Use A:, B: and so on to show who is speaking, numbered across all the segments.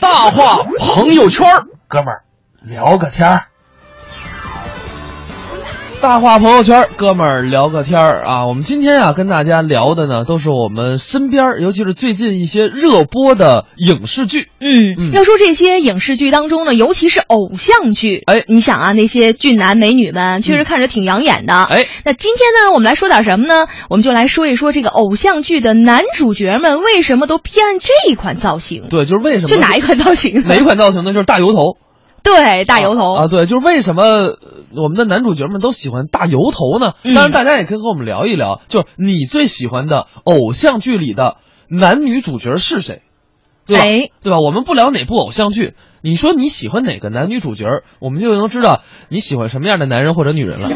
A: 大话朋友圈儿
B: 哥们儿聊个天儿。
A: 大话朋友圈儿，哥们儿聊个天儿啊！我们今天啊，跟大家聊的呢，都是我们身边儿，尤其是最近一些热播的影视剧。嗯
C: 嗯，要说这些影视剧当中呢，尤其是偶像剧，
A: 哎嗯
C: 你想啊，那些俊男美女们确实看着挺养眼的。
A: 哎，
C: 那今天呢，我们来说点什么呢？我们就来说一说这个偶像剧的男主角们为什么都偏爱这一款造型？
A: 对，就是为什么
C: 就哪一款造型呢？啊
A: 哪一款造型呢？就是大油头，
C: 对，大油头。
A: 啊，对，就是为什么呃我们的男主角们都喜欢大油头呢？
C: 嗯
A: 当然，大家也可以和我们聊一聊，就是你最喜欢的偶像剧里的男女主角是谁，对吧？
C: 哎
A: 对吧？我们不聊哪部偶像剧，你说你喜欢哪个男女主角，我们就能知道你喜欢什么样的男人或者女 人了。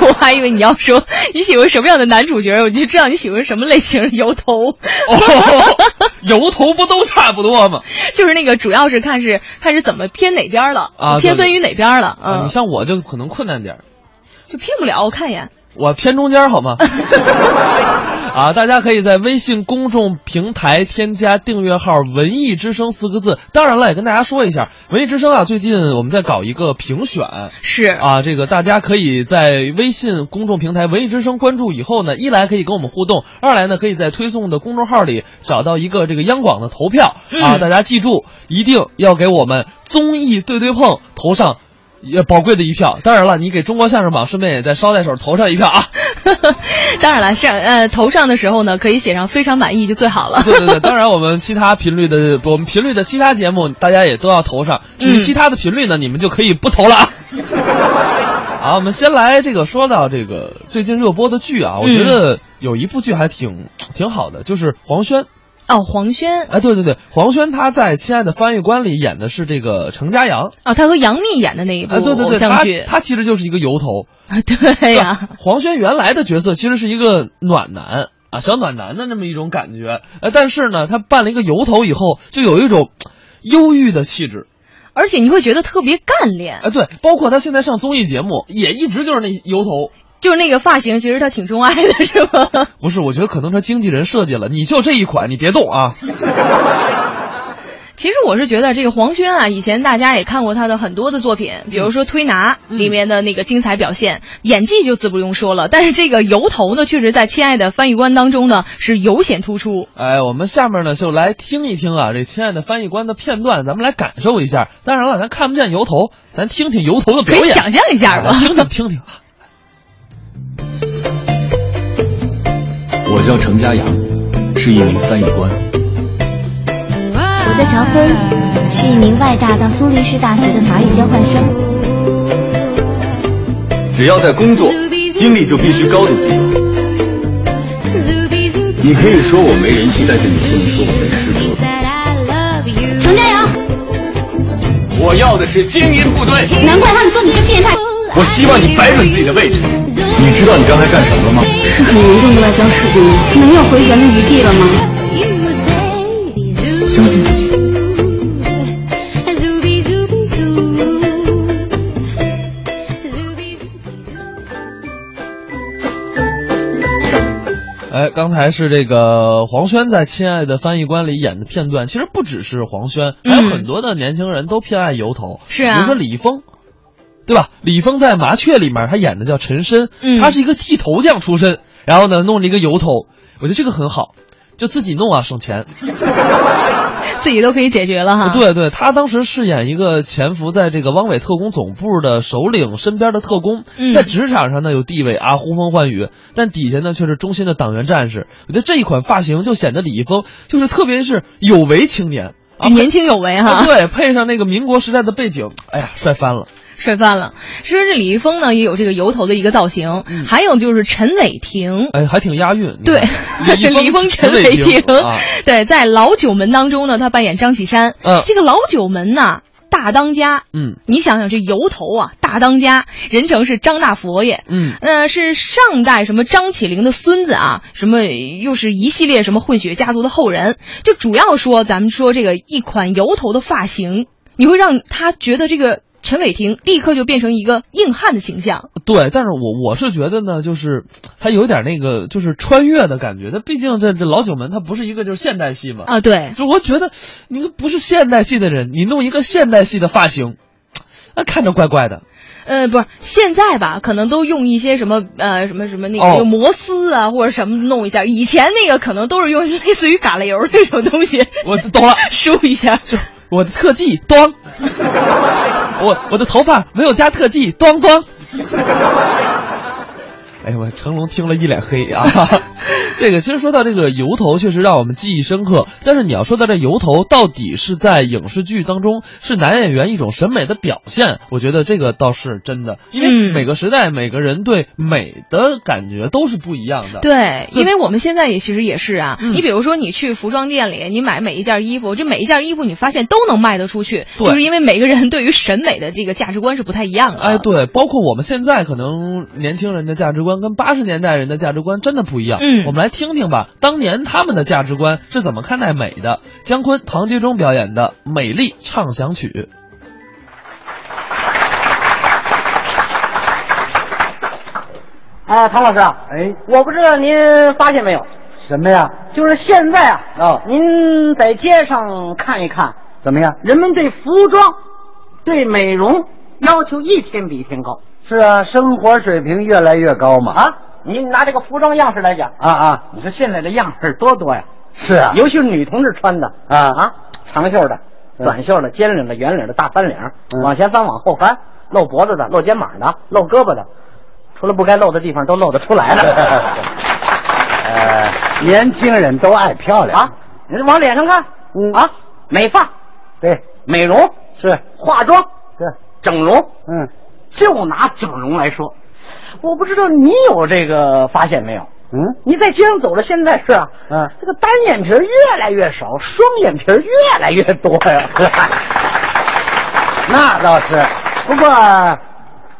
C: 我还以为你要说你喜欢什么样的男主角，我就知道你喜欢什么类型的油头，
A: 哦，油头不都差不多吗？
C: 就是那个主要是看是看是怎么偏哪边了，
A: 啊
C: 偏
A: 对
C: 分于哪边了，
A: 啊，你
C: 嗯，
A: 像我就可能困难点儿，
C: 就偏不了。我看一眼，
A: 我偏中间儿好吗？啊，大家可以在微信公众平台添加订阅号“文艺之声”四个字。当然了，也跟大家说一下，文艺之声啊，最近我们在搞一个评选
C: 是
A: 啊，这个大家可以在微信公众平台“文艺之声”关注以后呢，一来可以跟我们互动，二来呢可以在推送的公众号里找到一个这个央广的投票啊，
C: 嗯
A: 大家记住一定要给我们综艺对对碰投上。也宝贵的一票，当然了，你给中国相声榜顺便也在捎带手投上一票啊！
C: 当然了，上呃头上的时候呢，可以写上非常满意就最好了。
A: 对对对，当然我们其他频率的，我们频率的其他节目，大家也都要投上。至于
C: 嗯
A: 其他的频率呢，你们就可以 不投了啊。好，我们先来这个说到这个最近热播的剧啊，我
C: 嗯
A: 觉得有一部剧还挺挺好的，就是黄轩。
C: 哦，黄轩
A: 哎，对对对，黄轩他在《亲爱的翻译官》里演的是这个程家阳。
C: 哦，他和杨幂演的那一部
A: 哎，对对
C: 偶
A: 对，
C: 像
A: 他
C: 剧，
A: 他其实就是一个油头。
C: 对呀、
A: 黄轩原来的角色其实是一个暖男啊，小暖男的那么一种感觉。呃，但是呢，他扮了一个油头以后，就有一种嘖忧郁的气质。
C: 而且你会觉得特别干练，
A: 哎，对，包括他现在上综艺节目，也一直就是那油头。
C: 就是那个发型，其实他挺钟爱的， 是吗？
A: 不是，我觉得可能他经纪人设计了，你就这一款，你别动啊。
C: 其实我是觉得这个黄轩啊，以前大家也看过他的很多的作品，比如说《推拿》
A: 嗯
C: 里面的那个精彩表现，演技就自不用说了。但是这个油头呢，确实在《亲爱的翻译官》当中呢是尤显突出。
A: 哎，我们下面呢就来听一听啊，这亲爱的翻译官的片段，咱们来感受一下。当然了，咱看不见油头，咱听听油头的表
C: 可以
A: 演，
C: 想象一下吧
A: 哎听听听听。
D: 我叫程家阳，是一名翻译官。
E: 我叫乔飞，是一名外大到苏黎世大学的法语交换生。
D: 只要在工作，精力就必须高度集中。你可以说我没人性，但是你不能说我没师德。
E: 程家阳，
D: 我要的是精英部队。
E: 难怪他们说你是变态。
D: 我希望你摆稳自己的位置。你知道你刚才干什么了吗？
E: 是很严重的外交事故吗？没有回旋的余地了吗？
D: 相信自己。
A: 哎，刚才是这个黄轩在《亲爱的翻译官》里演的片段，其实不只是黄轩，还有
C: 嗯
A: 很多的年轻人都偏爱油头，
C: 是啊
A: 比如说李易峰，对吧？李易峰在《麻雀》里面他演的叫陈深，
C: 嗯
A: 他是一个剃头匠出身，然后呢弄了一个油头，我觉得这个很好，就自己弄啊省钱。
C: 自己都可以解决了哈。
A: 对对，他当时饰演一个潜伏在这个汪伪特工总部的首领身边的特工，
C: 嗯
A: 在职场上呢有地位啊，呼风唤雨，但底下呢却是忠心的党员战士。我觉得这一款发型就显得李易峰就是特别是有为青年啊，
C: 年轻有为哈。
A: 啊对，配上那个民国时代的背景，哎呀，帅翻了。
C: 帅翻了。其实这李易峰呢，也有这个油头的一个造型，
A: 嗯
C: 还有就是陈伟霆。
A: 哎，还挺押韵。你
C: 对
A: 看，李
C: 李
A: 易
C: 易
A: 峰、
C: 峰、
A: 陈
C: 陈伟
A: 霆
C: 霆，
A: 啊，
C: 对，在《老九门》当中呢，他扮演张启山。
A: 嗯
C: 这个老九门呐、大当家。
A: 嗯
C: 你想想，这油头啊，大当家，人称是张大佛爷。
A: 嗯，
C: 呃，是上代什么张起灵的孙子啊，什么又是一系列什么混血家族的后人，就主要说咱们说这个一款油头的发型，你会让他觉得这个陈伟霆立刻就变成一个硬汉的形象。
A: 对，但是我我是觉得呢，就是他有点那个就是穿越的感觉。他毕竟这这老九门，他不是一个就是现代戏嘛。
C: 啊，对，
A: 就我觉得你不是现代戏的人，你弄一个现代戏的发型，那看着怪怪的。
C: 呃，不是，现在吧，可能都用一些什么呃什么什么那个、
A: 哦
C: 那个摩丝啊或者什么弄一下，以前那个可能都是用类似于嘎啦油那种东西
A: 我懂了，
C: 梳一下。
A: 我的特技咚，我我的头发没有加特技咚咚。哎呦，我成龙听了一脸黑啊！ 这个其实说到这个由头，确实让我们记忆深刻。但是你要说到这由头，到底是在影视剧当中是男演员一种审美的表现，我觉得这个倒是真的，因为
C: 嗯
A: 每个时代每个人对美的感觉都是不一样的。
C: 对，
A: 对
C: 因为我们现在也其实也是啊，
A: 嗯
C: 你比如说你去服装店里，你买每一件衣服，这每一件衣服你发现都能卖得出去，
A: 对
C: 就是因为每个人对于审美的这个价值观是不太一样的。
A: 哎，对，包括我们现在可能年轻人的价值观跟八十年代人的价值观真的不一样。
C: 嗯
A: 我们来听听吧，当年他们的价值观是怎么看待美的？姜昆、唐杰忠表演的《美丽畅想曲
F: 啊，唐老师啊，
G: 哎，
F: 我不知道您发现没有，
G: 什么呀？
F: 就是现在啊，
G: 哦
F: 您在街上看一看，
G: 怎么样？
F: 人们对服装、对美容要求一天比一天高
G: 是啊，生活水平越来越高嘛。
F: 啊！您拿这个服装样式来讲，
G: 啊啊，
F: 你说现在的样式多多呀，
G: 是啊，
F: 尤其是女同志穿的
G: 啊
F: 啊，长袖的、
G: 嗯
F: 短袖的、尖领的、圆领的、大翻领，
G: 嗯
F: 往前翻、往后翻，露脖子的、露肩膀的、露胳膊的，除了不该露的地方都露得出来 了。
G: 呃，年轻人都爱漂亮
F: 啊，你往脸上看，
G: 嗯
F: 啊，美发、
G: 对，
F: 美容
G: 是
F: 化妆、
G: 对，
F: 整容，
G: 嗯
F: 就拿整容来说，我不知道你有这个发现没有？
G: 嗯，
F: 你在街上走了，现在是啊，
G: 嗯
F: 这个单眼皮儿越来越少，双眼皮儿越来越多呀。
G: 那倒是。不过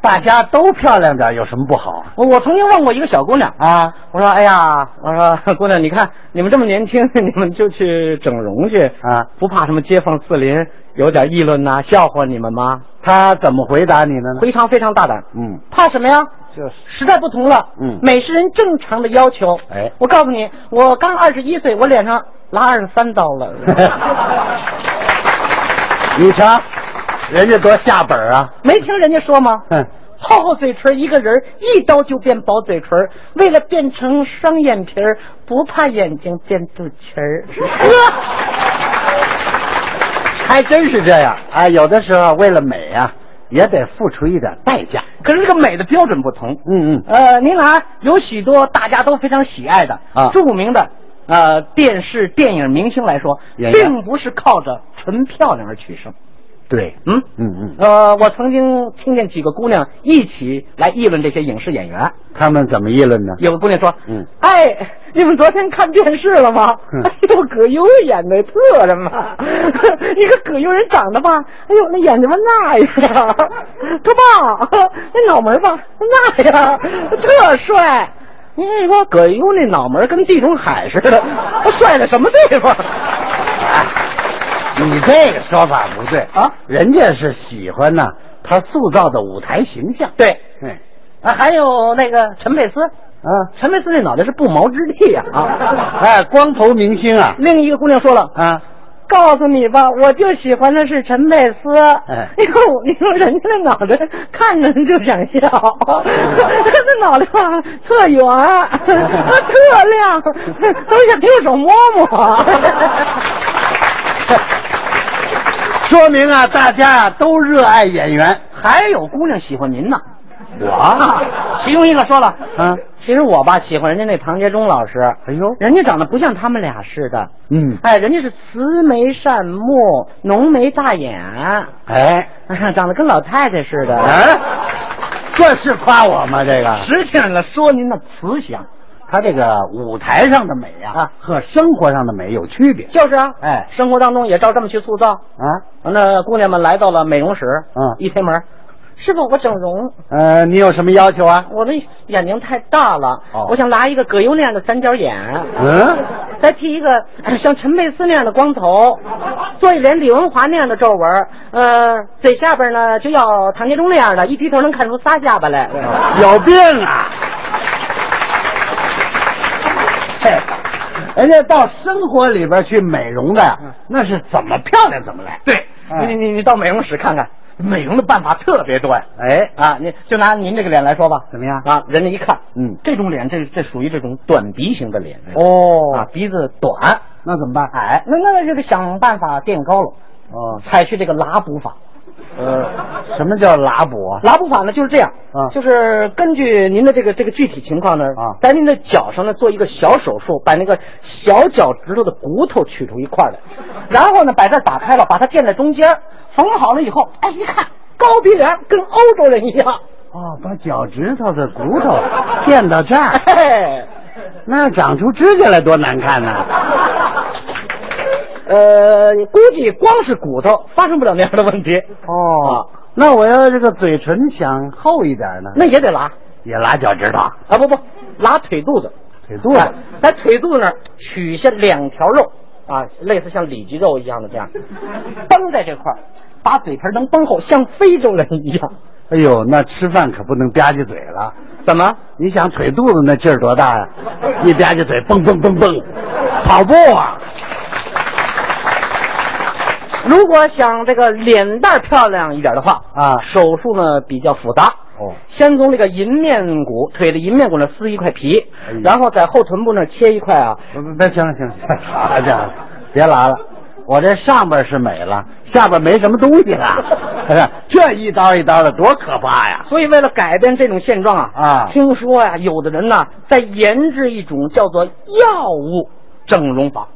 G: 大家都漂亮点有什么不好？
F: 我我曾经问过一个小姑娘，
G: 啊，
F: 我说：“哎呀，我说 姑娘，你看你们这么年轻，你们就去整容去
G: 啊
F: 不怕什么街坊四邻有点议论呐、笑话你们吗？
G: 他怎么回答你的呢？
F: 非常非常大胆，
G: 嗯，
F: 怕什么呀？
G: 就是
F: 时代不同了，
G: 嗯
F: 美是人正常的要求。
G: 哎
F: 我告诉你，我刚二十一岁，我脸上拉二十三刀 了。
G: 你瞧，人家多下本儿啊。
F: 没听人家说吗？
G: 哼，
F: 厚厚嘴唇，一个人一刀就变薄嘴唇，为了变成双眼皮儿，不怕眼睛变肚脐儿。
G: 还真是这样啊！有的时候为了美啊，也得付出一点代价。
F: 可是这个美的标准不同。
G: 嗯嗯，
F: 呃，您看啊，有许多大家都非常喜爱的
G: 啊
F: 著名的呃电视、电影明星来说，
G: 演员
F: 并不是靠着纯漂亮而取胜。
G: 对，
F: 嗯
G: 嗯嗯，
F: 呃，我曾经听见几个姑娘一起来议论这些影视演员。
G: 他们怎么议论呢？
F: 有个姑娘说：“
G: 嗯，
F: 哎，你们昨天看电视了吗？
G: 嗯
F: 哎呦，葛优演的特什么？ 你看葛优人长得吧，哎呦，那眼睛吧那样，啊 他吧， 那脑门吧那样，啊特帅。你说葛优那脑门跟地中海似 的，他帅在什么地方？”
G: 哎你这个说法不对
F: 啊
G: 人家是喜欢呢、他塑造的舞台形象。
F: 对，
G: 对，
F: 啊，还有那个陈佩斯，
G: 啊，
F: 陈佩斯那脑袋是不毛之地呀、啊！
G: 哎，光头明星啊，
F: 另一个姑娘说了，
G: 啊，
F: 告诉你吧，我就喜欢的是陈佩斯。
G: 哎
F: 你说我，你说人家那脑袋看着就想笑， 那脑袋吧特圆， 特亮， 都想用手摸摸。
G: 说明啊，大家啊都热爱演员。
F: 还有姑娘喜欢您呢，
G: 我，
F: 其中一个说了，
G: 嗯，
F: 其实我吧喜欢人家那唐杰忠老师，
G: 哎呦
F: 人家长得不像他们俩似的，
G: 嗯，
F: 哎，人家是慈眉善目，浓眉大眼，啊
G: 哎，
F: 长得跟老太太似的。
G: 啊，这是夸我吗？这个
F: 实际上来说，您的慈祥
G: 他这个舞台上的美呀、
F: 啊
G: 和生活上的美有区别
F: 就是啊，
G: 哎
F: 生活当中也照这么去塑造。
G: 啊。
F: 那姑娘们来到了美容室，
G: 嗯
F: 一推门，
H: 师傅，我整容，
B: 呃，你有什么要求啊？
H: 我的眼睛太大了，
B: 哦
H: 我想拿一个葛优那样的三角眼，
B: 嗯，
H: 再剃一个呃像陈佩斯那样的光头，做一脸李文华那样的皱纹，呃，嘴下边呢就要唐杰忠那样的，一低头能看出仨下巴来。
B: 哦有病啊！
H: 哎
B: 嘿， 人家到生活里边去美容的呀，那是怎么漂亮怎么来。
F: 嗯对，
B: 嗯
F: 你你你到美容室看看，美容的办法特别多呀。
B: 哎，
F: 啊，你就拿您这个脸来说吧，
B: 怎么样
F: 啊？人家一看，
B: 嗯
F: 这种脸，这这属于这种短鼻型的脸。
B: 哦
F: 啊，鼻子短，
B: 那怎么办？
F: 矮，那那就得想办法垫高了，
B: 哦，
F: 采取这个拉补法。
B: 呃，什么叫拉补啊？
F: 拉补法呢就是这样，
B: 啊
F: 就是根据您的这个这个具体情况呢，
B: 啊
F: 在您的脚上呢做一个小手术，把那个小脚趾头的骨头取出一块儿来，然后呢把这儿打开了，把它垫在中间儿，缝好了以后，哎一看高鼻梁跟欧洲人一样，
B: 哦，把脚趾头的骨头垫到这儿，
F: 嘿，
B: 那长出指甲来多难看呐、
F: 呃，估计光是骨头发生不了那样的问题，
B: 哦，那我要这个嘴唇想厚一点呢，
F: 那也得拉
B: 也拉脚趾头、
F: 啊不不，拉腿肚子，
B: 腿肚子。
F: 哎在腿肚子那儿取下两条肉啊，类似像里脊肉一样的这样，绷在这块儿，把嘴皮儿能绷厚，像非洲人一样。
B: 哎呦，那吃饭可不能吧唧嘴了。
F: 怎么？
B: 你想腿肚子那劲儿多大呀、一吧唧嘴，蹦蹦蹦蹦，跑步啊！
F: 如果想这个脸蛋儿漂亮一点的话
B: 啊
F: 手术呢比较复杂。
B: 哦
F: 先从这个银面骨，腿的银面骨那儿撕一块皮，
B: 哎呦
F: 然后在后臀部那儿切一块啊，
B: 不不，行了行了，好家伙，别拉了，我这上边是美了，下边没什么东 西了。哎呀这一刀一刀的多可怕呀！
F: 所以，为了改变这种现状啊，
B: 啊
F: 听说呀、有的人呢在研制一种叫做药物整容法，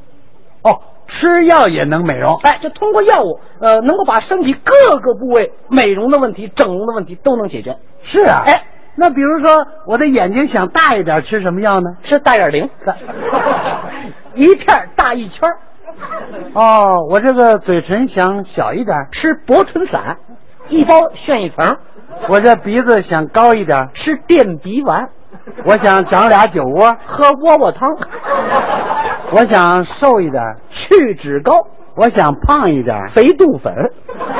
B: 哦，吃药也能美容。
F: 哎，就通过药物，呃，能够把身体各个部位美容的问题、整容的问题都能解决。
B: 是啊，
F: 哎，
B: 那比如说我的眼睛想大一点，吃什么药呢？
F: 吃大眼灵，一片儿大一圈儿，
B: 哦，我这个嘴唇想小一点，
F: 吃薄唇散，一包炫一层，
B: 我这鼻子想高一点，
F: 吃垫鼻丸，
B: 我想长俩酒窝，
F: 喝窝窝汤，
B: 我想瘦一点，
F: 去脂膏，
B: 我想胖一点，
F: 肥肚粉，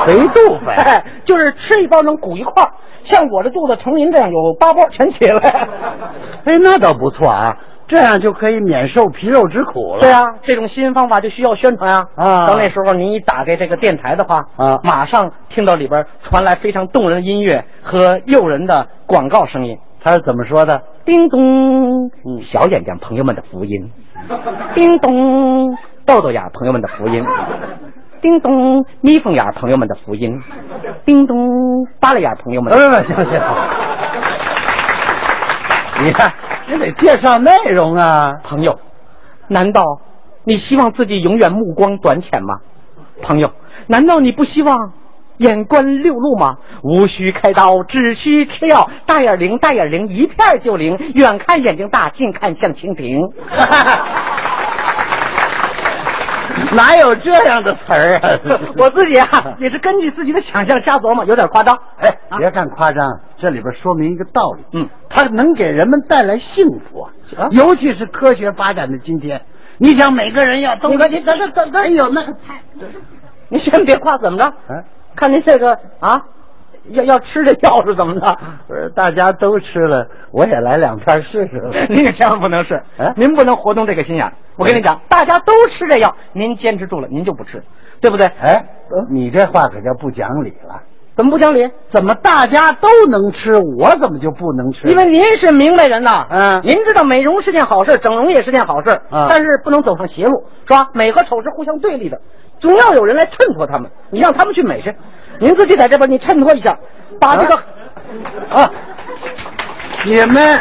B: 肥 肚粉
F: 哎，就是吃一包能鼓一块儿。像我这肚子成您这样有八包全起来。
B: 哎，那倒不错啊，这样就可以免受皮肉之苦了。
F: 对，啊，这种新方法就需要宣传啊！
B: 啊
F: 到那时候您一打开这个电台的话，
B: 啊
F: 马上听到里边传来非常动人的音乐和诱人的广告声音。
B: 他是怎么说的？
F: 叮咚，小眼睛朋友们的福音；叮咚，豆豆眼朋友们的福音；叮咚，眯缝眼朋友们的福音；叮咚，耷拉眼朋友们
B: 不
F: 的。
B: 不不，行行。 你看，你得介绍内容啊。
F: 朋友，难道你希望自己永远目光短浅吗？朋友，难道你不希望眼观六路吗？无需开刀，只需吃药，大眼灵，大眼灵，一片儿就灵，远看眼睛大，近看像蜻蜓。？
B: 哪有这样的词儿 啊
F: 我自己啊，也是根据自己的想象瞎琢磨，有点夸张。
B: 哎，
F: 啊
B: 别看夸张，这里边说明一个道理，
F: 嗯，
B: 它能给人们带来幸福啊
F: 啊
B: 尤其是科学发展的今天。你想每个人要都
F: 你看你
B: 等等等等，哎呦 那个太，
F: 您先别夸，怎么着？
B: 哎，
F: 看您这个啊，要要吃这药是怎么着？
B: 不是大家都吃了，我也来两片试 试吧。
F: 您可千万不能是
B: 哎，
F: 您不能活动这个心眼儿。我跟你讲，大家都吃这药，您坚持住了，您就不吃，对不对？呃
B: 哎，你这话可叫不讲理了。
F: 怎么不讲理？
B: 怎么大家都能吃，我怎么就不能吃？
F: 因为您是明白人呐，
B: 嗯
F: 您知道美容是件好事，整容也是件好事，
B: 嗯
F: 但是不能走上邪路，是吧？美和丑是互相对立的，总要有人来衬托他们，你让他们去美去，您自己在这边你衬托一下，把这个，
B: 啊，你们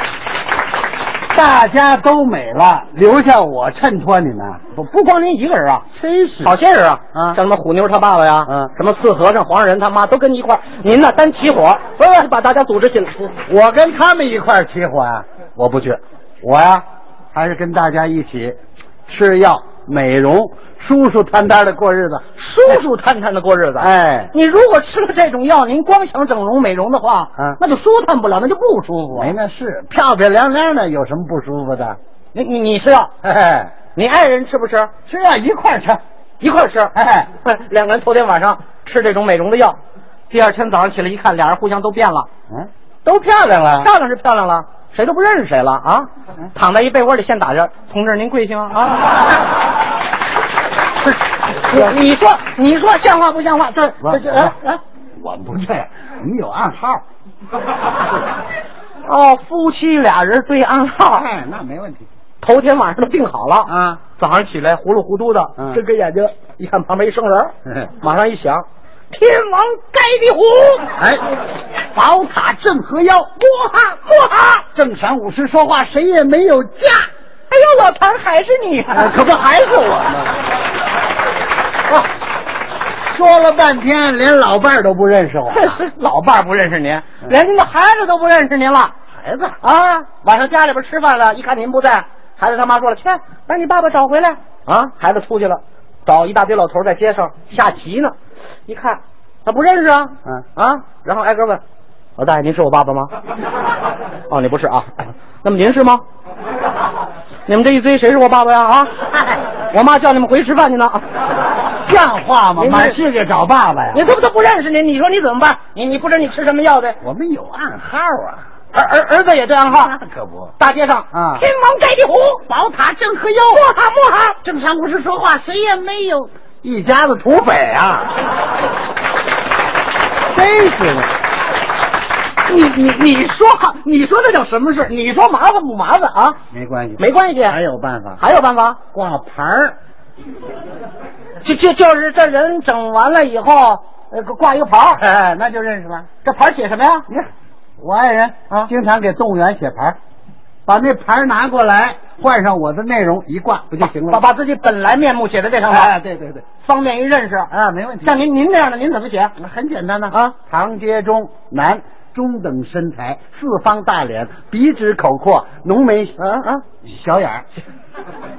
B: 大家都美了，留下我衬托你们，
F: 不不光您一个人啊，
B: 真是
F: 好些人啊，
B: 啊
F: 像什么虎妞他爸爸呀，
B: 嗯
F: 什么四和尚、黄上人他妈都跟您一块儿您呢单起火，不是把大家组织起来，
B: 嗯我跟他们一块儿起火啊，我不去，我呀、还是跟大家一起吃药美容，舒舒坦坦的过日子。
F: 舒舒坦坦的过日子。
B: 哎，
F: 你如果吃了这种药，您光想整容美容的话，
B: 嗯
F: 那就舒坦不了，那就不舒服。
B: 没哎那事，漂漂亮亮的有什么不舒服的？
F: 你你你吃药，
B: 哎，
F: 你爱人吃不吃？
B: 吃药啊一块儿吃。
F: 一块儿吃。
B: 哎，
F: 两个人头天晚上吃这种美容的药，第二天早上起来一看，俩人互相都变了，
B: 嗯，都漂亮了。
F: 漂亮是漂亮了，谁都不认识谁了啊！躺在一被窝里先打着，同志您贵姓啊？ 啊！你你说你说像话不像话？这这这哎哎
B: 我不这样，你有暗号。
F: 哦，夫妻俩人对暗号，
B: 哎，那没问题
F: 头天晚上都定好了。
B: 啊。
F: 早上起来糊里糊涂的，
B: 嗯
F: 睁开眼睛一看旁边一生人儿，
B: 嗯
F: 马上一想，天王盖地虎，
B: 哎，宝塔镇河妖，
F: 摸哈摸哈，
B: 正晌午时说话，谁也没有家。
F: 哎呦，老谭还是你啊
B: 哎，可不还是我吗？ 啊说了半天，连老伴儿都不认识我。
F: 老伴儿不认识您，连您的孩子都不认识您了
B: 孩子，
F: 啊！晚上家里边吃饭了，一看您不在，孩子他妈说了，去把你爸爸找回来啊！孩子出去了，找一大堆老头在街上下棋呢，一看他不认识啊，
B: 嗯
F: 啊，然后挨个问，老大爷您是我爸爸吗？ 哦，你不是啊，哎那么您是吗？你们这一堆谁是我爸爸呀？啊，我妈叫你们回去吃饭去呢。
B: 像话吗？
F: 您
B: 满世界找爸爸呀！
F: 你他妈都不认识你，你说你怎么办？你你不知道你吃什么药呗？
B: 我们有暗号啊，
F: 儿儿儿子也对暗号，
B: 那可不。
F: 大街上
B: 啊
F: 天王盖地虎，宝塔镇河妖，摸哦哈摸哈，正常不是说话，谁也没有。
B: 一家子土匪啊！真是的，
F: 你你你说你说这叫什么事？你说麻烦不麻烦啊？
B: 没关系，
F: 没关系，
B: 还有办法，
F: 还有办法，
B: 挂牌儿。
F: 就就就是这人整完了以后，呃，挂一个牌儿，
B: 哎，那就认识了。
F: 这牌儿写什么呀？
B: 你看，我爱人
F: 啊
B: 经常给动物园写牌儿，把那牌儿拿过来，换上我的内容一挂，不就行了
F: 把
B: 吗？
F: 把自己本来面目写在这上面，
B: 哎，对对对，
F: 方便于认识。
B: 啊，没问题。
F: 像您您这样的，您怎么写？
B: 很简单呢
F: 啊，
B: 唐杰忠，男，中等身材，四方大脸，鼻直口阔，浓眉，啊啊，小眼儿。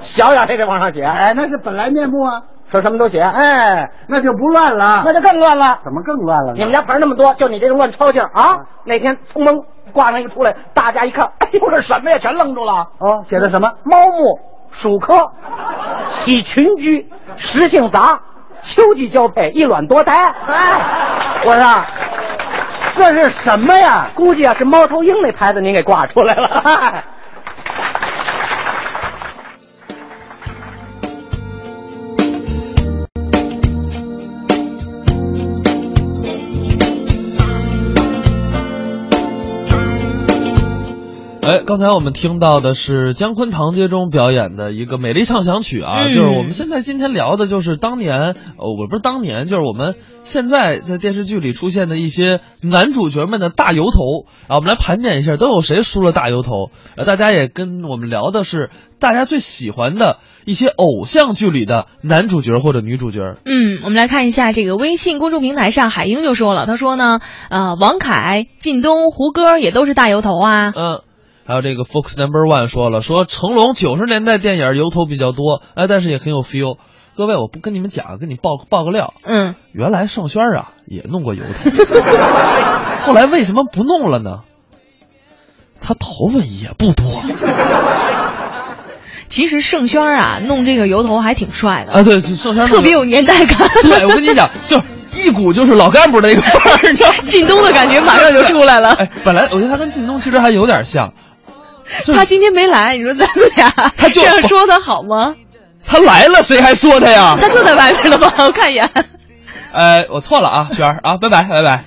F: 小眼儿也得往上写，
B: 哎，那是本来面目啊，
F: 说什么都写，
B: 哎，那就不乱了。
F: 那就更乱了。
B: 怎么更乱了呢？
F: 你们家盆那么多，就你这种乱抄劲儿啊！那天匆忙挂上一个出来，大家一看，哎呦，这什么呀？全愣住了。
B: 哦，写的什么？
F: 猫目、鼠科、喜群居、食性杂、秋季交配、一卵多胎。哎，我说
B: 这是什么呀？
F: 估计啊是猫头鹰那牌子您给挂出来了。
A: 哎，刚才我们听到的是姜昆、唐杰忠表演的一个《美丽畅想曲》啊，
C: 嗯
A: 就是我们现在今天聊的，就是当年，呃，我不是当年，就是我们现在在电视剧里出现的一些男主角们的大油头啊，我们来盘点一下都有谁梳了大油头，呃，大家也跟我们聊的是大家最喜欢的一些偶像剧里的男主角或者女主角。
C: 嗯，我们来看一下这个微信公众平台上，海英就说了，他说呢，呃，王凯、靳东、胡歌也都是大油头啊。
A: 嗯，还有这个 Fox Number One 说了，说成龙九十年代电影由头比较多，哎，但是也很有 feel。各位，我不跟你们讲，跟你爆爆个料，
C: 嗯，
A: 原来盛轩啊也弄过油头，后来为什么不弄了呢？他头发也不多
C: 其实盛轩啊，弄这个油头还挺帅的，
A: 啊，对，盛轩弄
C: 特别有年代感。
A: 对，我跟你讲，就是一股就是老干部那个范儿，你知道吗？
C: 靳东的感觉马上就出来了。
A: 哎，本来我觉得他跟靳东其实还有点像，就是
C: 他今天没来，你说咱们俩
A: 他就
C: 这样说他好吗？
A: 他来了，谁还说他呀？
C: 他就在外面了吗？我看一眼。
A: 呃，我错了啊，轩儿啊，拜拜拜拜。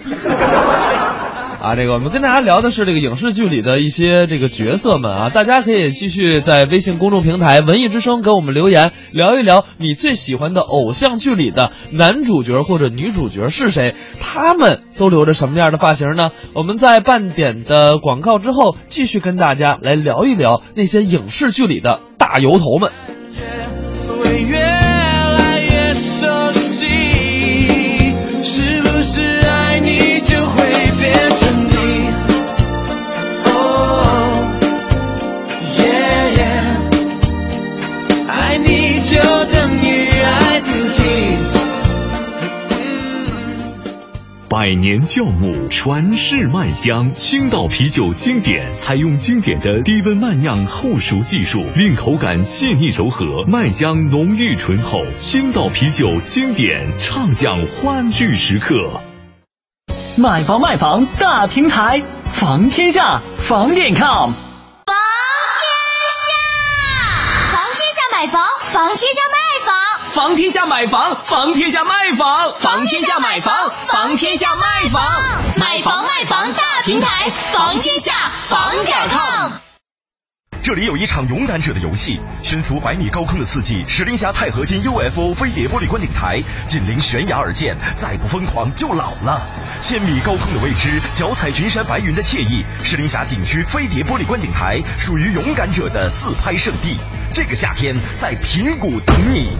A: 啊，这个我们跟大家聊的是这个影视剧里的一些这个角色们啊，大家可以继续在微信公众平台“文艺之声”给我们留言，聊一聊你最喜欢的偶像剧里的男主角或者女主角是谁，他们都留着什么样的发型呢？我们在半点的广告之后，继续跟大家来聊一聊那些影视剧里的大油头们。
I: 会越来越熟悉，是不是爱你就会变成你？哦，耶耶，爱你就等于爱
D: 百年酵母，传世麦香。青岛啤酒经典采用经典的低温慢酿后熟技术，令口感细腻柔和，麦香浓郁醇厚。青岛啤酒经典，畅享欢聚时刻。
J: 买房卖房大平台，房天下，房点 com。
K: 房天下买房，房天下卖房，
L: 房天下买房，房天下卖房，房天下买房，房天下卖房，
K: 买房卖房大平台，房天下房点 com。
M: 这里有一场勇敢者的游戏，悬浮百米高空的刺激，石林峡钛合金 UFO 飞碟玻璃观景台，紧邻悬崖而建，再不疯狂就老了。千米高空的未知，脚踩群山白云的惬意，石林峡景区飞碟玻璃观景台属于勇敢者的自拍圣地。这个夏天在平谷等你。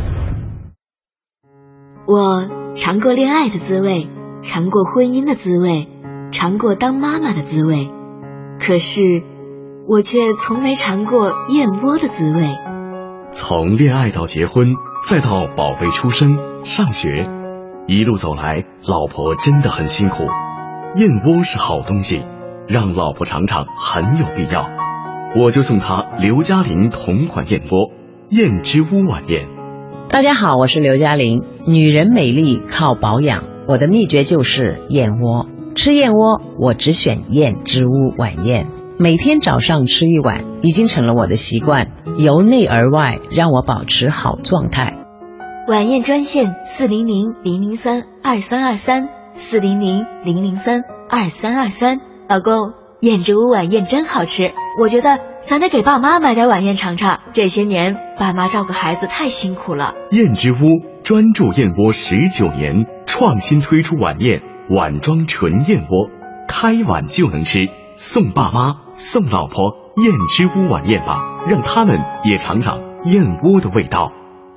N: 我尝过恋爱的滋味，尝过婚姻的滋味，尝过当妈妈的滋味，可是我却从没尝过燕窝的滋味。
O: 从恋爱到结婚，再到宝贝出生、上学，一路走来，老婆真的很辛苦。燕窝是好东西，让老婆尝尝很有必要。我就送她刘嘉玲同款燕窝“燕之屋”晚宴。
P: 大家好，我是刘嘉玲。女人美丽靠保养，我的秘诀就是燕窝。吃燕窝，我只选燕之屋晚宴，每天早上吃一碗，已经成了我的习惯，由内而外让我保持好状态。
N: 晚宴专线四零零零零三二三二三四零零零零三二三二三。老公，燕之屋晚宴真好吃，我觉得咱得给爸妈买点晚宴尝尝。这些年爸妈照顾孩子太辛苦了。
O: 燕之屋专注燕窝十九年，创新推出晚宴碗装纯燕窝，开碗就能吃，送爸妈送老婆燕之屋晚宴吧，让他们也尝尝燕窝的味道。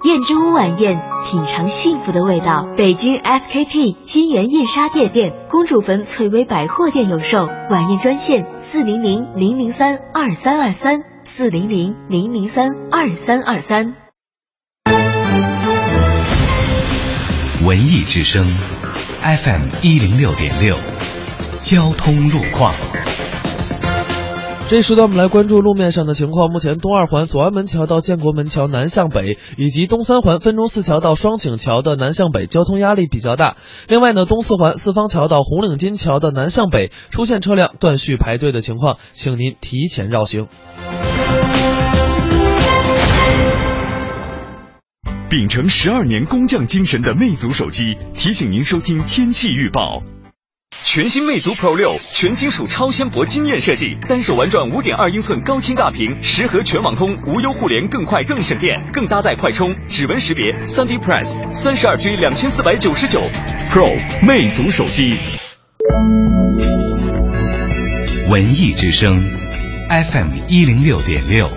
N: 燕之屋晚宴，品尝幸福的味道。北京 SKP 金源燕莎店店、公主坟翠微百货店有售。晚宴专线：四零零零零三二三二三，四零零零零三二三二三。
Q: 文艺之声，FM 一零六点六，交通路况。
A: 这一时段我们来关注路面上的情况。目前，东二环左安门桥到建国门桥南向北，以及东三环分钟寺桥到双井桥的南向北，交通压力比较大。另外呢，东四环四方桥到红领巾桥的南向北出现车辆断续排队的情况，请您提前绕行。
D: 秉承十二年工匠精神的魅族手机提醒您收听天气预报。
M: 全新魅族 Pro 六，全金属超纤薄惊艳设计，单手玩转五点二英寸高清大屏，实合全网通，无忧互联，更快更省电，更搭载快充、指纹识别、三 D Press，三十二 G 两千四百九十九，Pro 魅族手机。
Q: 文艺之声，FM 一零六点六，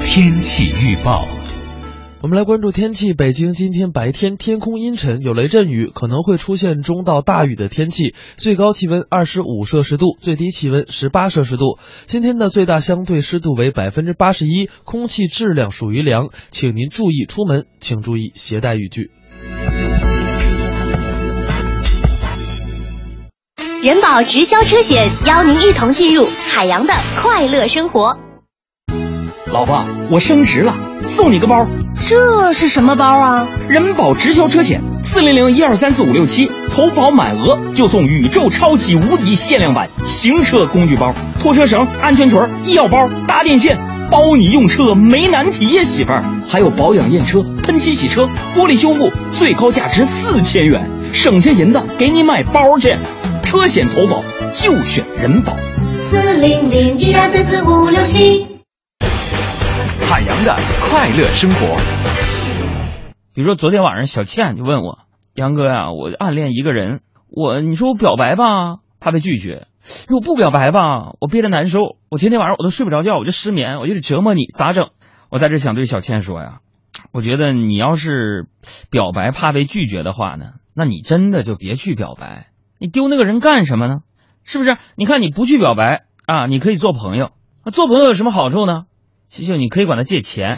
Q: 天气预报。
A: 我们来关注天气。北京今天白天天空阴沉，有雷阵雨，可能会出现中到大雨的天气。最高气温二十五摄氏度，最低气温十八摄氏度。今天的最大相对湿度为百分之八十一，空气质量属于良，请您注意出门，请注意携带雨具。
R: 人保直销车险邀您一同进入海洋的快乐生活。
S: 老婆，我升职了，送你个包。
R: 这是什么包啊？
S: 人保直销车险，四零零一二三四五六七，投保满额就送宇宙超级无敌限量版行车工具包，拖车绳、安全锤、医药包、搭电线，包你用车没难题呀，媳妇儿。还有保养验车、喷漆洗车、玻璃修复，最高价值四千元，省下银子给你买包去。车险投保就选人保。
R: 四零零一二三四五六七。
Q: 海洋的快乐生活。
T: 比如说昨天晚上小倩就问我，杨哥呀、我暗恋一个人，我你说我表白吧，怕被拒绝；如果不表白吧，我憋得难受，我天天晚上我都睡不着觉，我就失眠，我就得折磨你，咋整？我在这想对小倩说呀，我觉得你要是表白怕被拒绝的话呢，那你真的就别去表白，你丢那个人干什么呢？是不是？你看你不去表白啊，你可以做朋友，那做朋友有什么好处呢？秀秀，你可以管他借钱，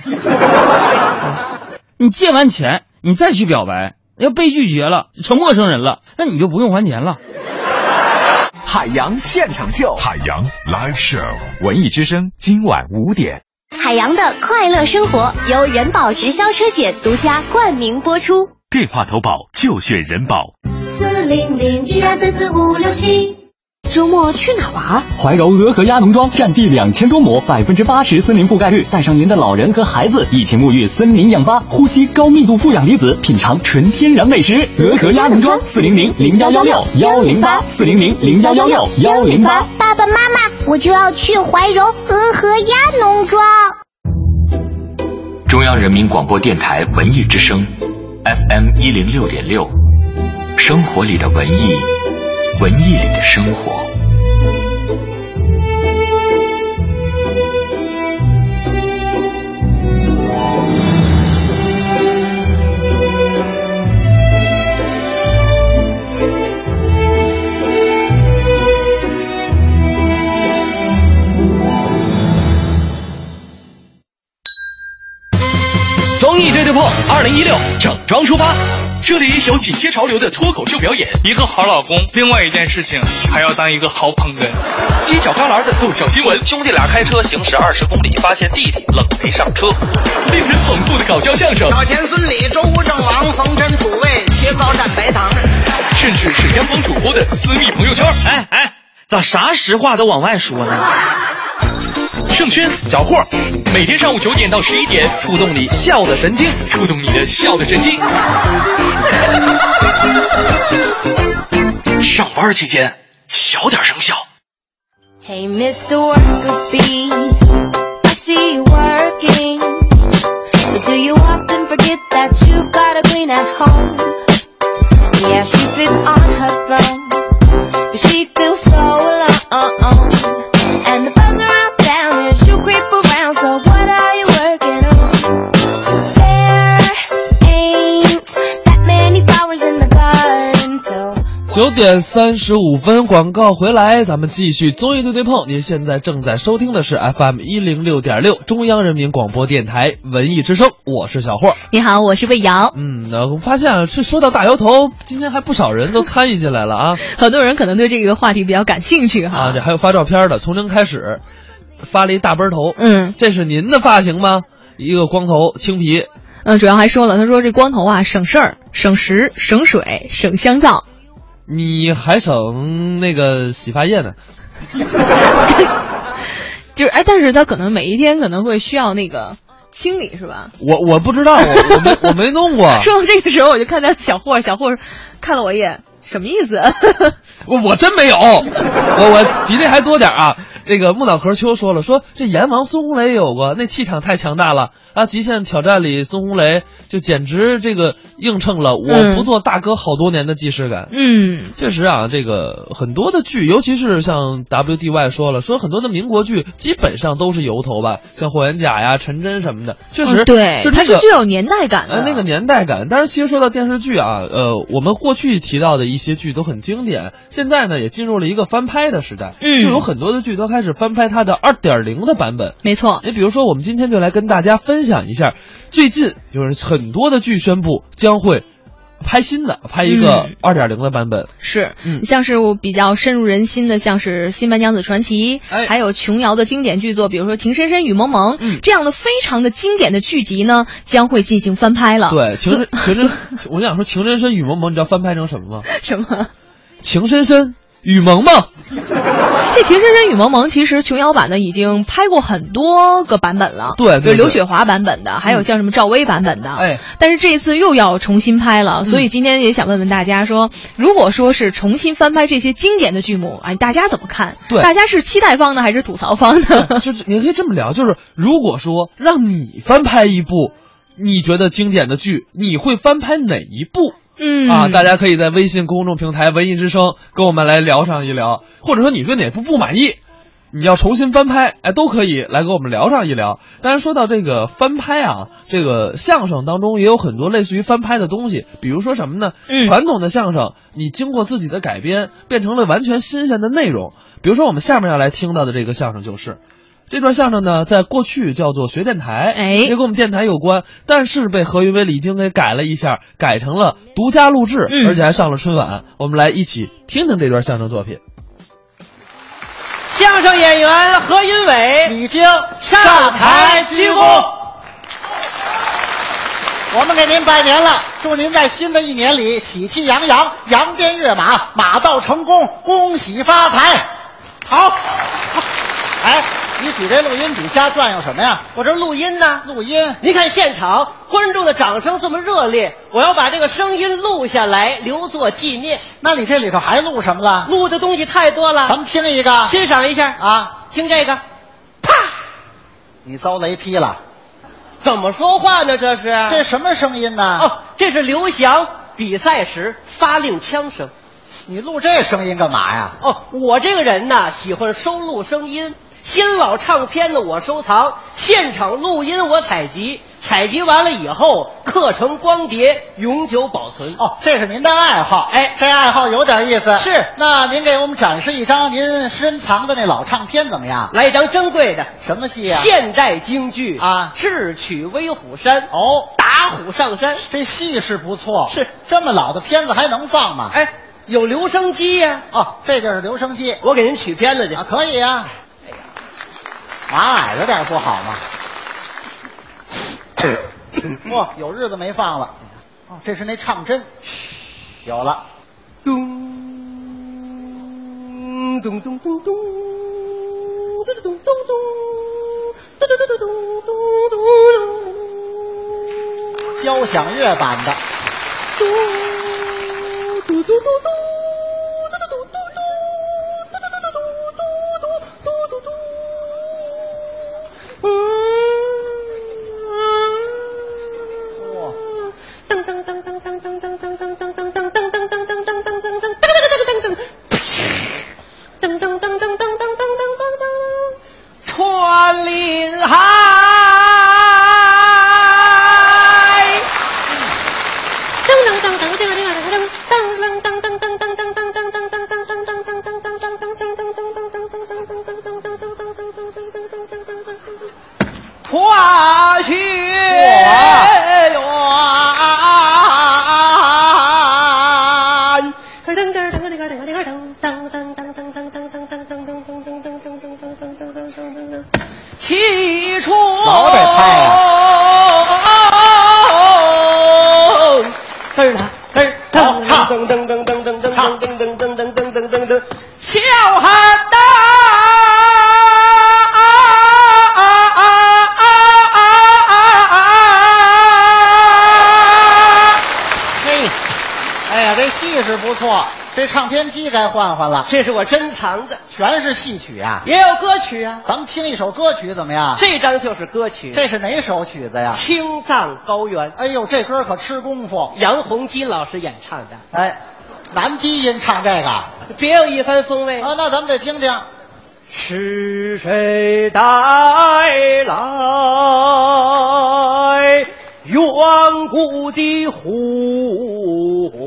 T: 你借完钱，你再去表白，要被拒绝了，成陌生人了，那你就不用还钱了。
L: 海洋现场秀，
D: 海洋 Live Show，文艺之声今晚五点。
R: 海洋的快乐生活由人保直销车险独家冠名播出。
D: 电话投保就选人保。
R: 四零零一二三四五六七。周末去哪玩？
J: 怀柔鹅和鸭农庄占地两千多亩，百分之八十森林覆盖率，带上您的老人和孩子一起沐浴森林氧吧，呼吸高密度负氧离子，品尝纯天然美食。鹅和鸭农庄四零零零幺幺六幺零八四零零零幺幺六幺零八。
U: 爸爸妈妈，我就要去怀柔鹅和鸭农庄。
Q: 中央人民广播电台文艺之声，FM 一零六点六，生活里的文艺，文艺里的生活。
L: 综艺对对碰，二零一六整装出发。这里有紧贴潮流的脱口秀表演，
V: 一个好老公，另外一件事情还要当一个好捧哏。
L: 犄角旮旯的逗笑新闻，
W: 兄弟俩开车行驶二十公里，发现弟弟冷没上车。
L: 令人捧腹的搞笑相声，
X: 小田、孙李、周吴、郑王、冯真、楚卫、切糕蘸白糖，
L: 甚至是央广主播的私密朋友圈。
T: 哎哎，咋啥实话都往外说呢？
L: 盛轩找货，每天上午九点到十一点，触动你笑的神经，触动你的笑的神经。上班期间小点声笑。
G: Hey, Mr. Worker Bee, I see you working, but do you often forget that you've got a queen at home? Yeah, she sits on her throne, but she feels so alone. And the buzz around town is you creep around, so what are you working on? There ain't that many flowers in the garden, so.
A: 九点三十五分，广告回来，咱们继续综艺对对碰。您现在正在收听的是 FM 一零六点六，中央人民广播电台文艺之声，我是小霍。
C: 你好，我是魏瑶。
A: 嗯，那我发现啊，这说到大摇头，今天还不少人都参与进来了啊
C: 很多人可能对这个话题比较感兴趣哈。
A: 啊！这还有发照片的，从零开始，发了一大奔头。
C: 嗯，
A: 这是您的发型吗？一个光头，青皮。
C: 嗯，主要还说了，他说这光头啊，省事儿、省时、省水、省香皂。
A: 你还省那个洗发液呢？
C: 就是哎，但是他可能每一天可能会需要那个清理，是吧？
A: 我我不知道，我我没我没弄过。
C: 说到这个时候，我就看到小霍，小霍看了我一眼，什么意思？
A: 我我真没有，我我比这还多点儿啊。那个木脑壳秋说了，说这阎王孙红雷也有过，那气场太强大了啊！极限挑战里孙红雷就简直这个映衬了我
C: 嗯
A: 不做大哥好多年的既视感。
C: 嗯，
A: 确实啊，这个很多的剧，尤其是像 WDY 说了，说很多的民国剧基本上都是油头吧，像霍元甲呀、陈真什么的，确实、
C: 哦对，
A: 是
C: 它
A: 那
C: 是
A: 个
C: 具有年代感的。
A: 呃那个年代感。但是其实说到电视剧啊，呃，我们过去提到的一些剧都很经典，现在呢也进入了一个翻拍的时代，
C: 嗯
A: 就有很多的剧都开始翻拍它的二点零的版本。
C: 没错，
A: 你比如说，我们今天就来跟大家分享一下，最近有很多的剧宣布将会拍新的，拍一个
C: 嗯
A: 二点零的版本。
C: 是，
A: 嗯
C: 像是我比较深入人心的，像是《新白娘子传奇》
A: 哎
C: 还有琼瑶的经典剧作，比如说《情深深雨蒙蒙》
A: 嗯
C: 这样的非常的经典的剧集呢，将会进行翻拍了。
A: 对，情
C: 所
A: 深情 深，我想说情深深雨蒙蒙，你知道翻拍成什么吗？
C: 什么？
A: 情深深雨蒙蒙，
C: 这《情深深雨蒙蒙》其实琼瑶版的已经拍过很多个版本了，
A: 对对
C: 比如
A: 对
C: 刘雪华版本的，还有像什么赵薇版本的，哎，但是这一次又要重新拍了，所以今天也想问问大家说，如果说是重新翻拍这些经典的剧目，哎，大家怎么看？
A: 对
C: 大家是期待方呢，还是吐槽方呢？
A: 就是也可以这么聊，就是如果说让你翻拍一部你觉得经典的剧，你会翻拍哪一部？
C: 嗯
A: 啊，大家可以在微信公众平台“文艺之声”跟我们来聊上一聊，或者说你对哪部不满意，你要重新翻拍，哎，都可以来跟我们聊上一聊。当然，说到这个翻拍啊，这个相声当中也有很多类似于翻拍的东西，比如说什么呢？
Y: 嗯
A: 传统的相声，你经过自己的改编，变成了完全新鲜的内容。比如说我们下面要来听到的这个相声就是。这段相声呢，在过去叫做学电台，哎，也跟我们电台有关，但是被何云伟、李菁给改了一下，改成了独家录制，而且还上了春晚。我们来一起听听这段相声作品。
B: 演员何云伟已经上台鞠躬。我们给您拜年了，祝您在新的一年里喜气洋洋，扬鞭跃马，马到成功，恭喜发财。好， 哎，你举这录音笔瞎转悠什么呀？
G: 我这录音呢？
B: 录音，
G: 您看现场观众的掌声这么热烈，我要把这个声音录下来，留作纪念。
B: 那你这里头还录什么了？
G: 录的东西太多了，
B: 咱们听一个，
G: 欣赏一下
B: 啊！
G: 听这个，
B: 你遭雷劈了，
G: 怎么说话呢？这是
B: 这什么声音呢？
G: 哦，这是刘翔比赛时发令枪声。
B: 你录这声音干嘛呀？
G: 哦，我这个人呐，喜欢收录声音。新老唱片呢，我收藏；现场录音我采集，采集完了以后刻成光碟，永久保存。
B: 哦，这是您的爱好，
G: 哎，
B: 这爱好有点意思。
G: 是，
B: 那您给我们展示一张您深藏的那老唱片怎么样？
G: 来一张珍贵的，
B: 什么戏啊？
G: 现代京剧
B: 啊，
G: 《智取威虎山》
B: 哦，
G: 打虎上山，
B: 这戏是不错。
G: 是，
B: 这么老的片子还能放吗？
G: 哎，有留声机呀、
B: 哦，这就是留声机。
G: 我给您取片子去哎
B: 啊，可以啊。马矮着点不好吗？哇、哦，有日子没放了。哦，这是那唱针，有了。
G: 咚咚咚咚咚，咚咚咚咚咚，咚咚咚咚咚咚咚。
B: 交响乐版的。
G: 嘟嘟嘟嘟嘟嘟嘟嘟。
B: 哎
G: 这是我珍藏的，
B: 全是戏曲啊，
G: 也有歌曲啊。
B: 咱们听一首歌曲怎么样？
G: 这张就是歌曲，
B: 这是哪首曲子呀？
G: 青藏高原。
B: 哎呦，这歌可吃功夫，
G: 杨洪基老师演唱的。
B: 哎，男低音唱这个，
G: 别有一番风味
B: 啊。那咱们得听听，
G: 是谁带来远古的呼唤？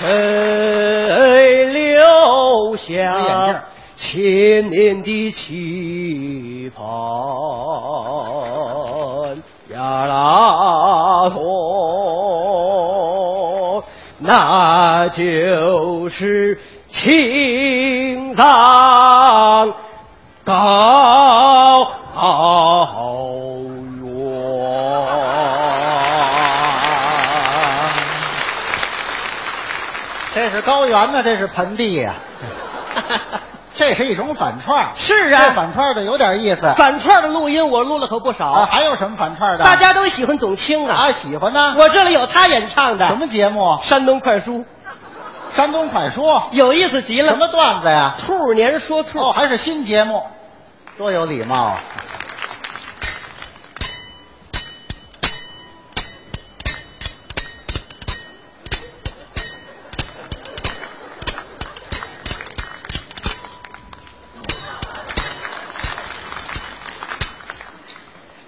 G: 谁留下千年的期盼？呀啦嗦，那就是青藏高原。
B: 这是高原呢，这是盆地 呀、啊，这是一种反串
G: 是啊，
B: 这反串的有点意思。
G: 反串的录音我录了可不少，
B: 啊、还有什么反串的？
G: 大家都喜欢董卿啊，
B: 啊，喜欢呢。
G: 我这里有他演唱的
B: 什么节目？
G: 山东快书，
B: 山东快书
G: 有意思极了。
B: 什么段子呀？
G: 兔年说兔，
B: 哦，还是新节目，多有礼貌啊！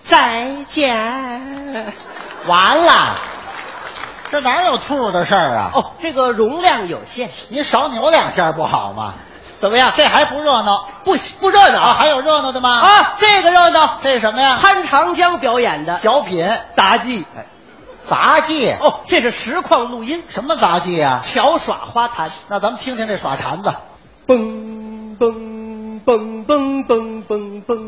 G: 再见，
B: 完了，这哪有兔的事儿啊？
G: 哦，这个容量有限，
B: 您少扭两下不好吗？
G: 怎么样？
B: 这还不热闹？
G: 不不热闹
B: 啊？还有热闹的吗？
G: 啊，这个热闹，
B: 这是什么呀？
G: 潘长江表演的
B: 小品
G: 杂技。
B: 哎杂技
E: 哦，这是实况录音。
B: 什么杂技呀、啊？
E: 巧耍花坛。
B: 那咱们听听这耍坛子，
E: 嘣嘣嘣嘣嘣嘣嘣，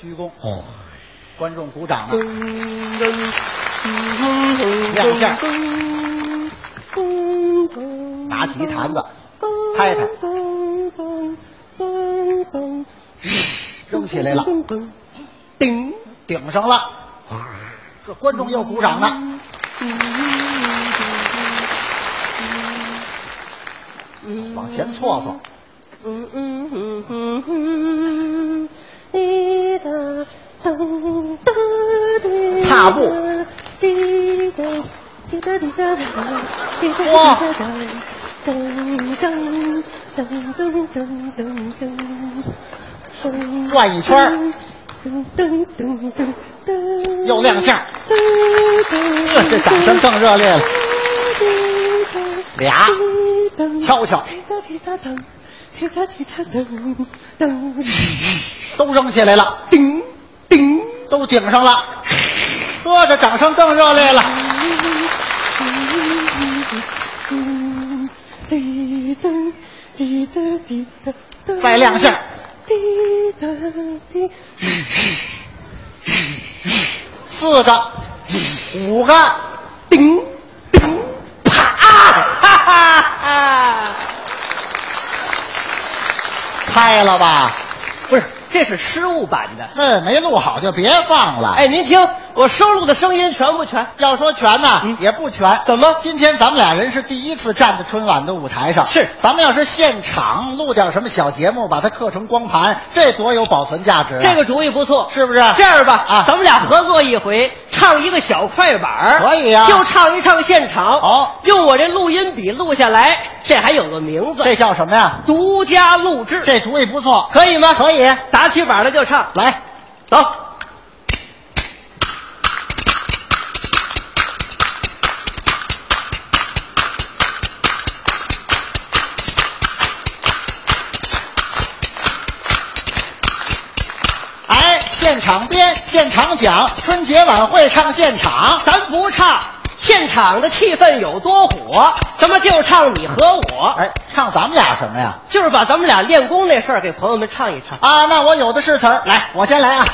B: 鞠躬，哦观众鼓掌啊！
E: 亮
B: 亮相，拿起一坛子，拍拍，扔起来了，
E: 顶
B: 顶上了，这观众又鼓掌了。往前搓搓，
E: 嗯嗯嗯嗯嗯，滴答噔噔滴，
B: 踏步，
E: 滴答滴答滴答滴答
B: 哇
E: 噔噔噔噔噔噔噔噔，
B: 转一圈儿，
E: 噔噔噔噔噔，
B: 又 亮相，
E: 噔
B: 这掌声更热烈了。俩，敲敲，都扔起来了，
E: 顶顶，
B: 都顶上了，呵，这掌声更热烈了。
E: 滴噔滴答滴答噔，
B: 再亮相，
E: 滴答滴，
B: 四个，五个，
E: 顶顶，
B: 啪！哈哈哈！开了吧？
E: 不是，这是失误版的。
B: 那没录好就别放了。
E: 哎，您听我收录的声音全不全？
B: 要说全呐，
E: 嗯
B: 也不全。
E: 怎么
B: 今天咱们俩人是第一次站在春晚的舞台上，
E: 是
B: 咱们要是现场录点什么小节目，把它刻成光盘，这多有保存价值啊！
E: 这个主意不错，
B: 是不是
E: 这样吧，
B: 啊
E: 咱们俩合作一回，唱一个小快板儿
B: 可以啊
E: 就唱一唱现场。
B: 好
E: 用我这录音笔录下来，这还有个名字，
B: 这叫什么呀？
E: 独家录制，
B: 这主意不错，
E: 可以吗？
B: 可以，
E: 打起板来就唱，
B: 来，
E: 走。
B: 哎，现场编，现场讲，春节晚会唱现场，
E: 咱不唱现场的气氛有多火，咱们就唱你和我，
B: 哎，唱咱们俩什么呀？
E: 就是把咱们俩练功那事儿给朋友们唱一唱。
B: 啊，那我有的是词儿，来，我先来啊。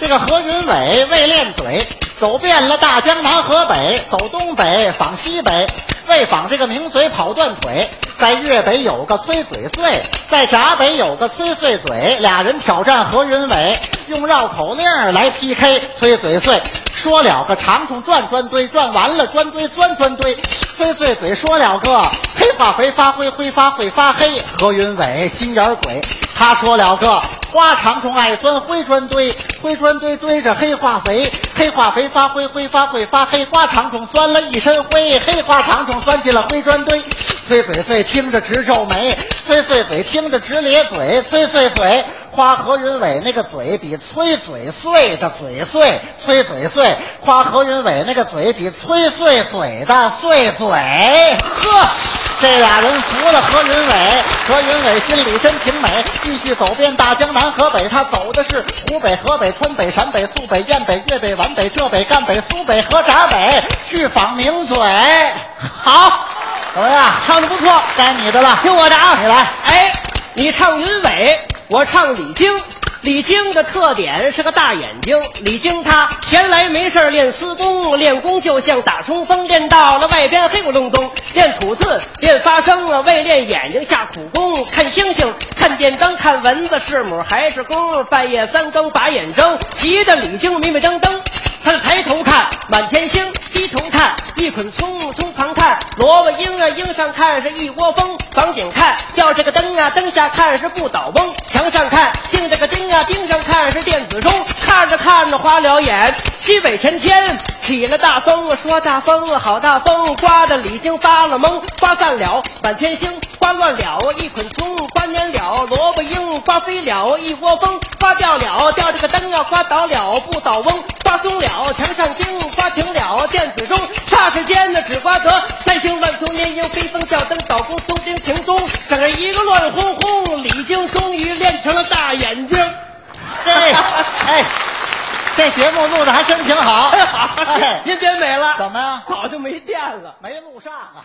B: 这个何云伟为练嘴，走遍了大江南河北，走东北访西北，为访这个名嘴跑断腿。在粤北有个崔嘴碎，在闸北有个崔碎嘴，俩人挑战何云伟，用绕口令儿来 PK 崔嘴碎。说了个长虫转砖堆，转完了砖堆钻砖堆，崔碎嘴说了个黑化肥发灰挥发会发黑，何云伟心眼儿鬼，他说了个花长虫爱钻灰砖堆，灰砖堆堆着黑化肥，黑化肥发灰挥发会发黑，花长虫钻了一身灰，黑花长虫钻进了灰砖堆。崔嘴嘴听着直皱眉，崔碎嘴听着直咧嘴，崔碎嘴夸何云伟那个嘴比崔嘴碎的嘴碎，崔嘴碎夸何云伟那个嘴比崔碎嘴的碎嘴。呵，这俩人服了何云伟，何云伟心里真挺美。继续走遍大江南河北，他走的是湖北、河北、川北、陕北、苏北、燕北、粤北、皖北、浙北、赣北、苏北和闸北，去访名嘴。好，怎么样？
E: 唱的不错，
B: 该你的了，
E: 听我的啊，
B: 你来。
E: 哎，你唱云伟，我唱李菁。李菁的特点是个大眼睛。李菁他闲来没事儿练私功，练功就像打冲锋，练到了外边黑咕隆咚，练吐字，练发声啊，为练眼睛下苦功。看星星，看电灯，看蚊子，是母还是公？半夜三更把眼睁，急得李菁迷迷瞪瞪。他是抬头看满天星，低头看一捆葱，葱旁看萝卜缨啊，缨上看是一窝蜂，房顶看吊这个灯啊，灯下看是不倒翁，墙上看钉这个钉啊，钉上看是电子钟，看着看着花了眼，西北前天起了大风，说大风好大风，刮得李菁发了懵，刮散了满天星，刮乱了一捆葱，刮蔫了萝卜缨，刮飞了一窝蜂，刮掉了吊这个灯啊，刮倒了不倒翁，刮松了。墙上钉，刮停了电子钟，霎时间呢只刮得三星万松连营飞风吊灯倒弓松钉停钟，整个一个乱哄 哄。李菁终于练成了大眼睛。
B: 这，哎，这节目录 的还真挺好。哎，
E: 您别美了，
B: 怎么呀？
E: 早就没电了，
B: 没录上啊。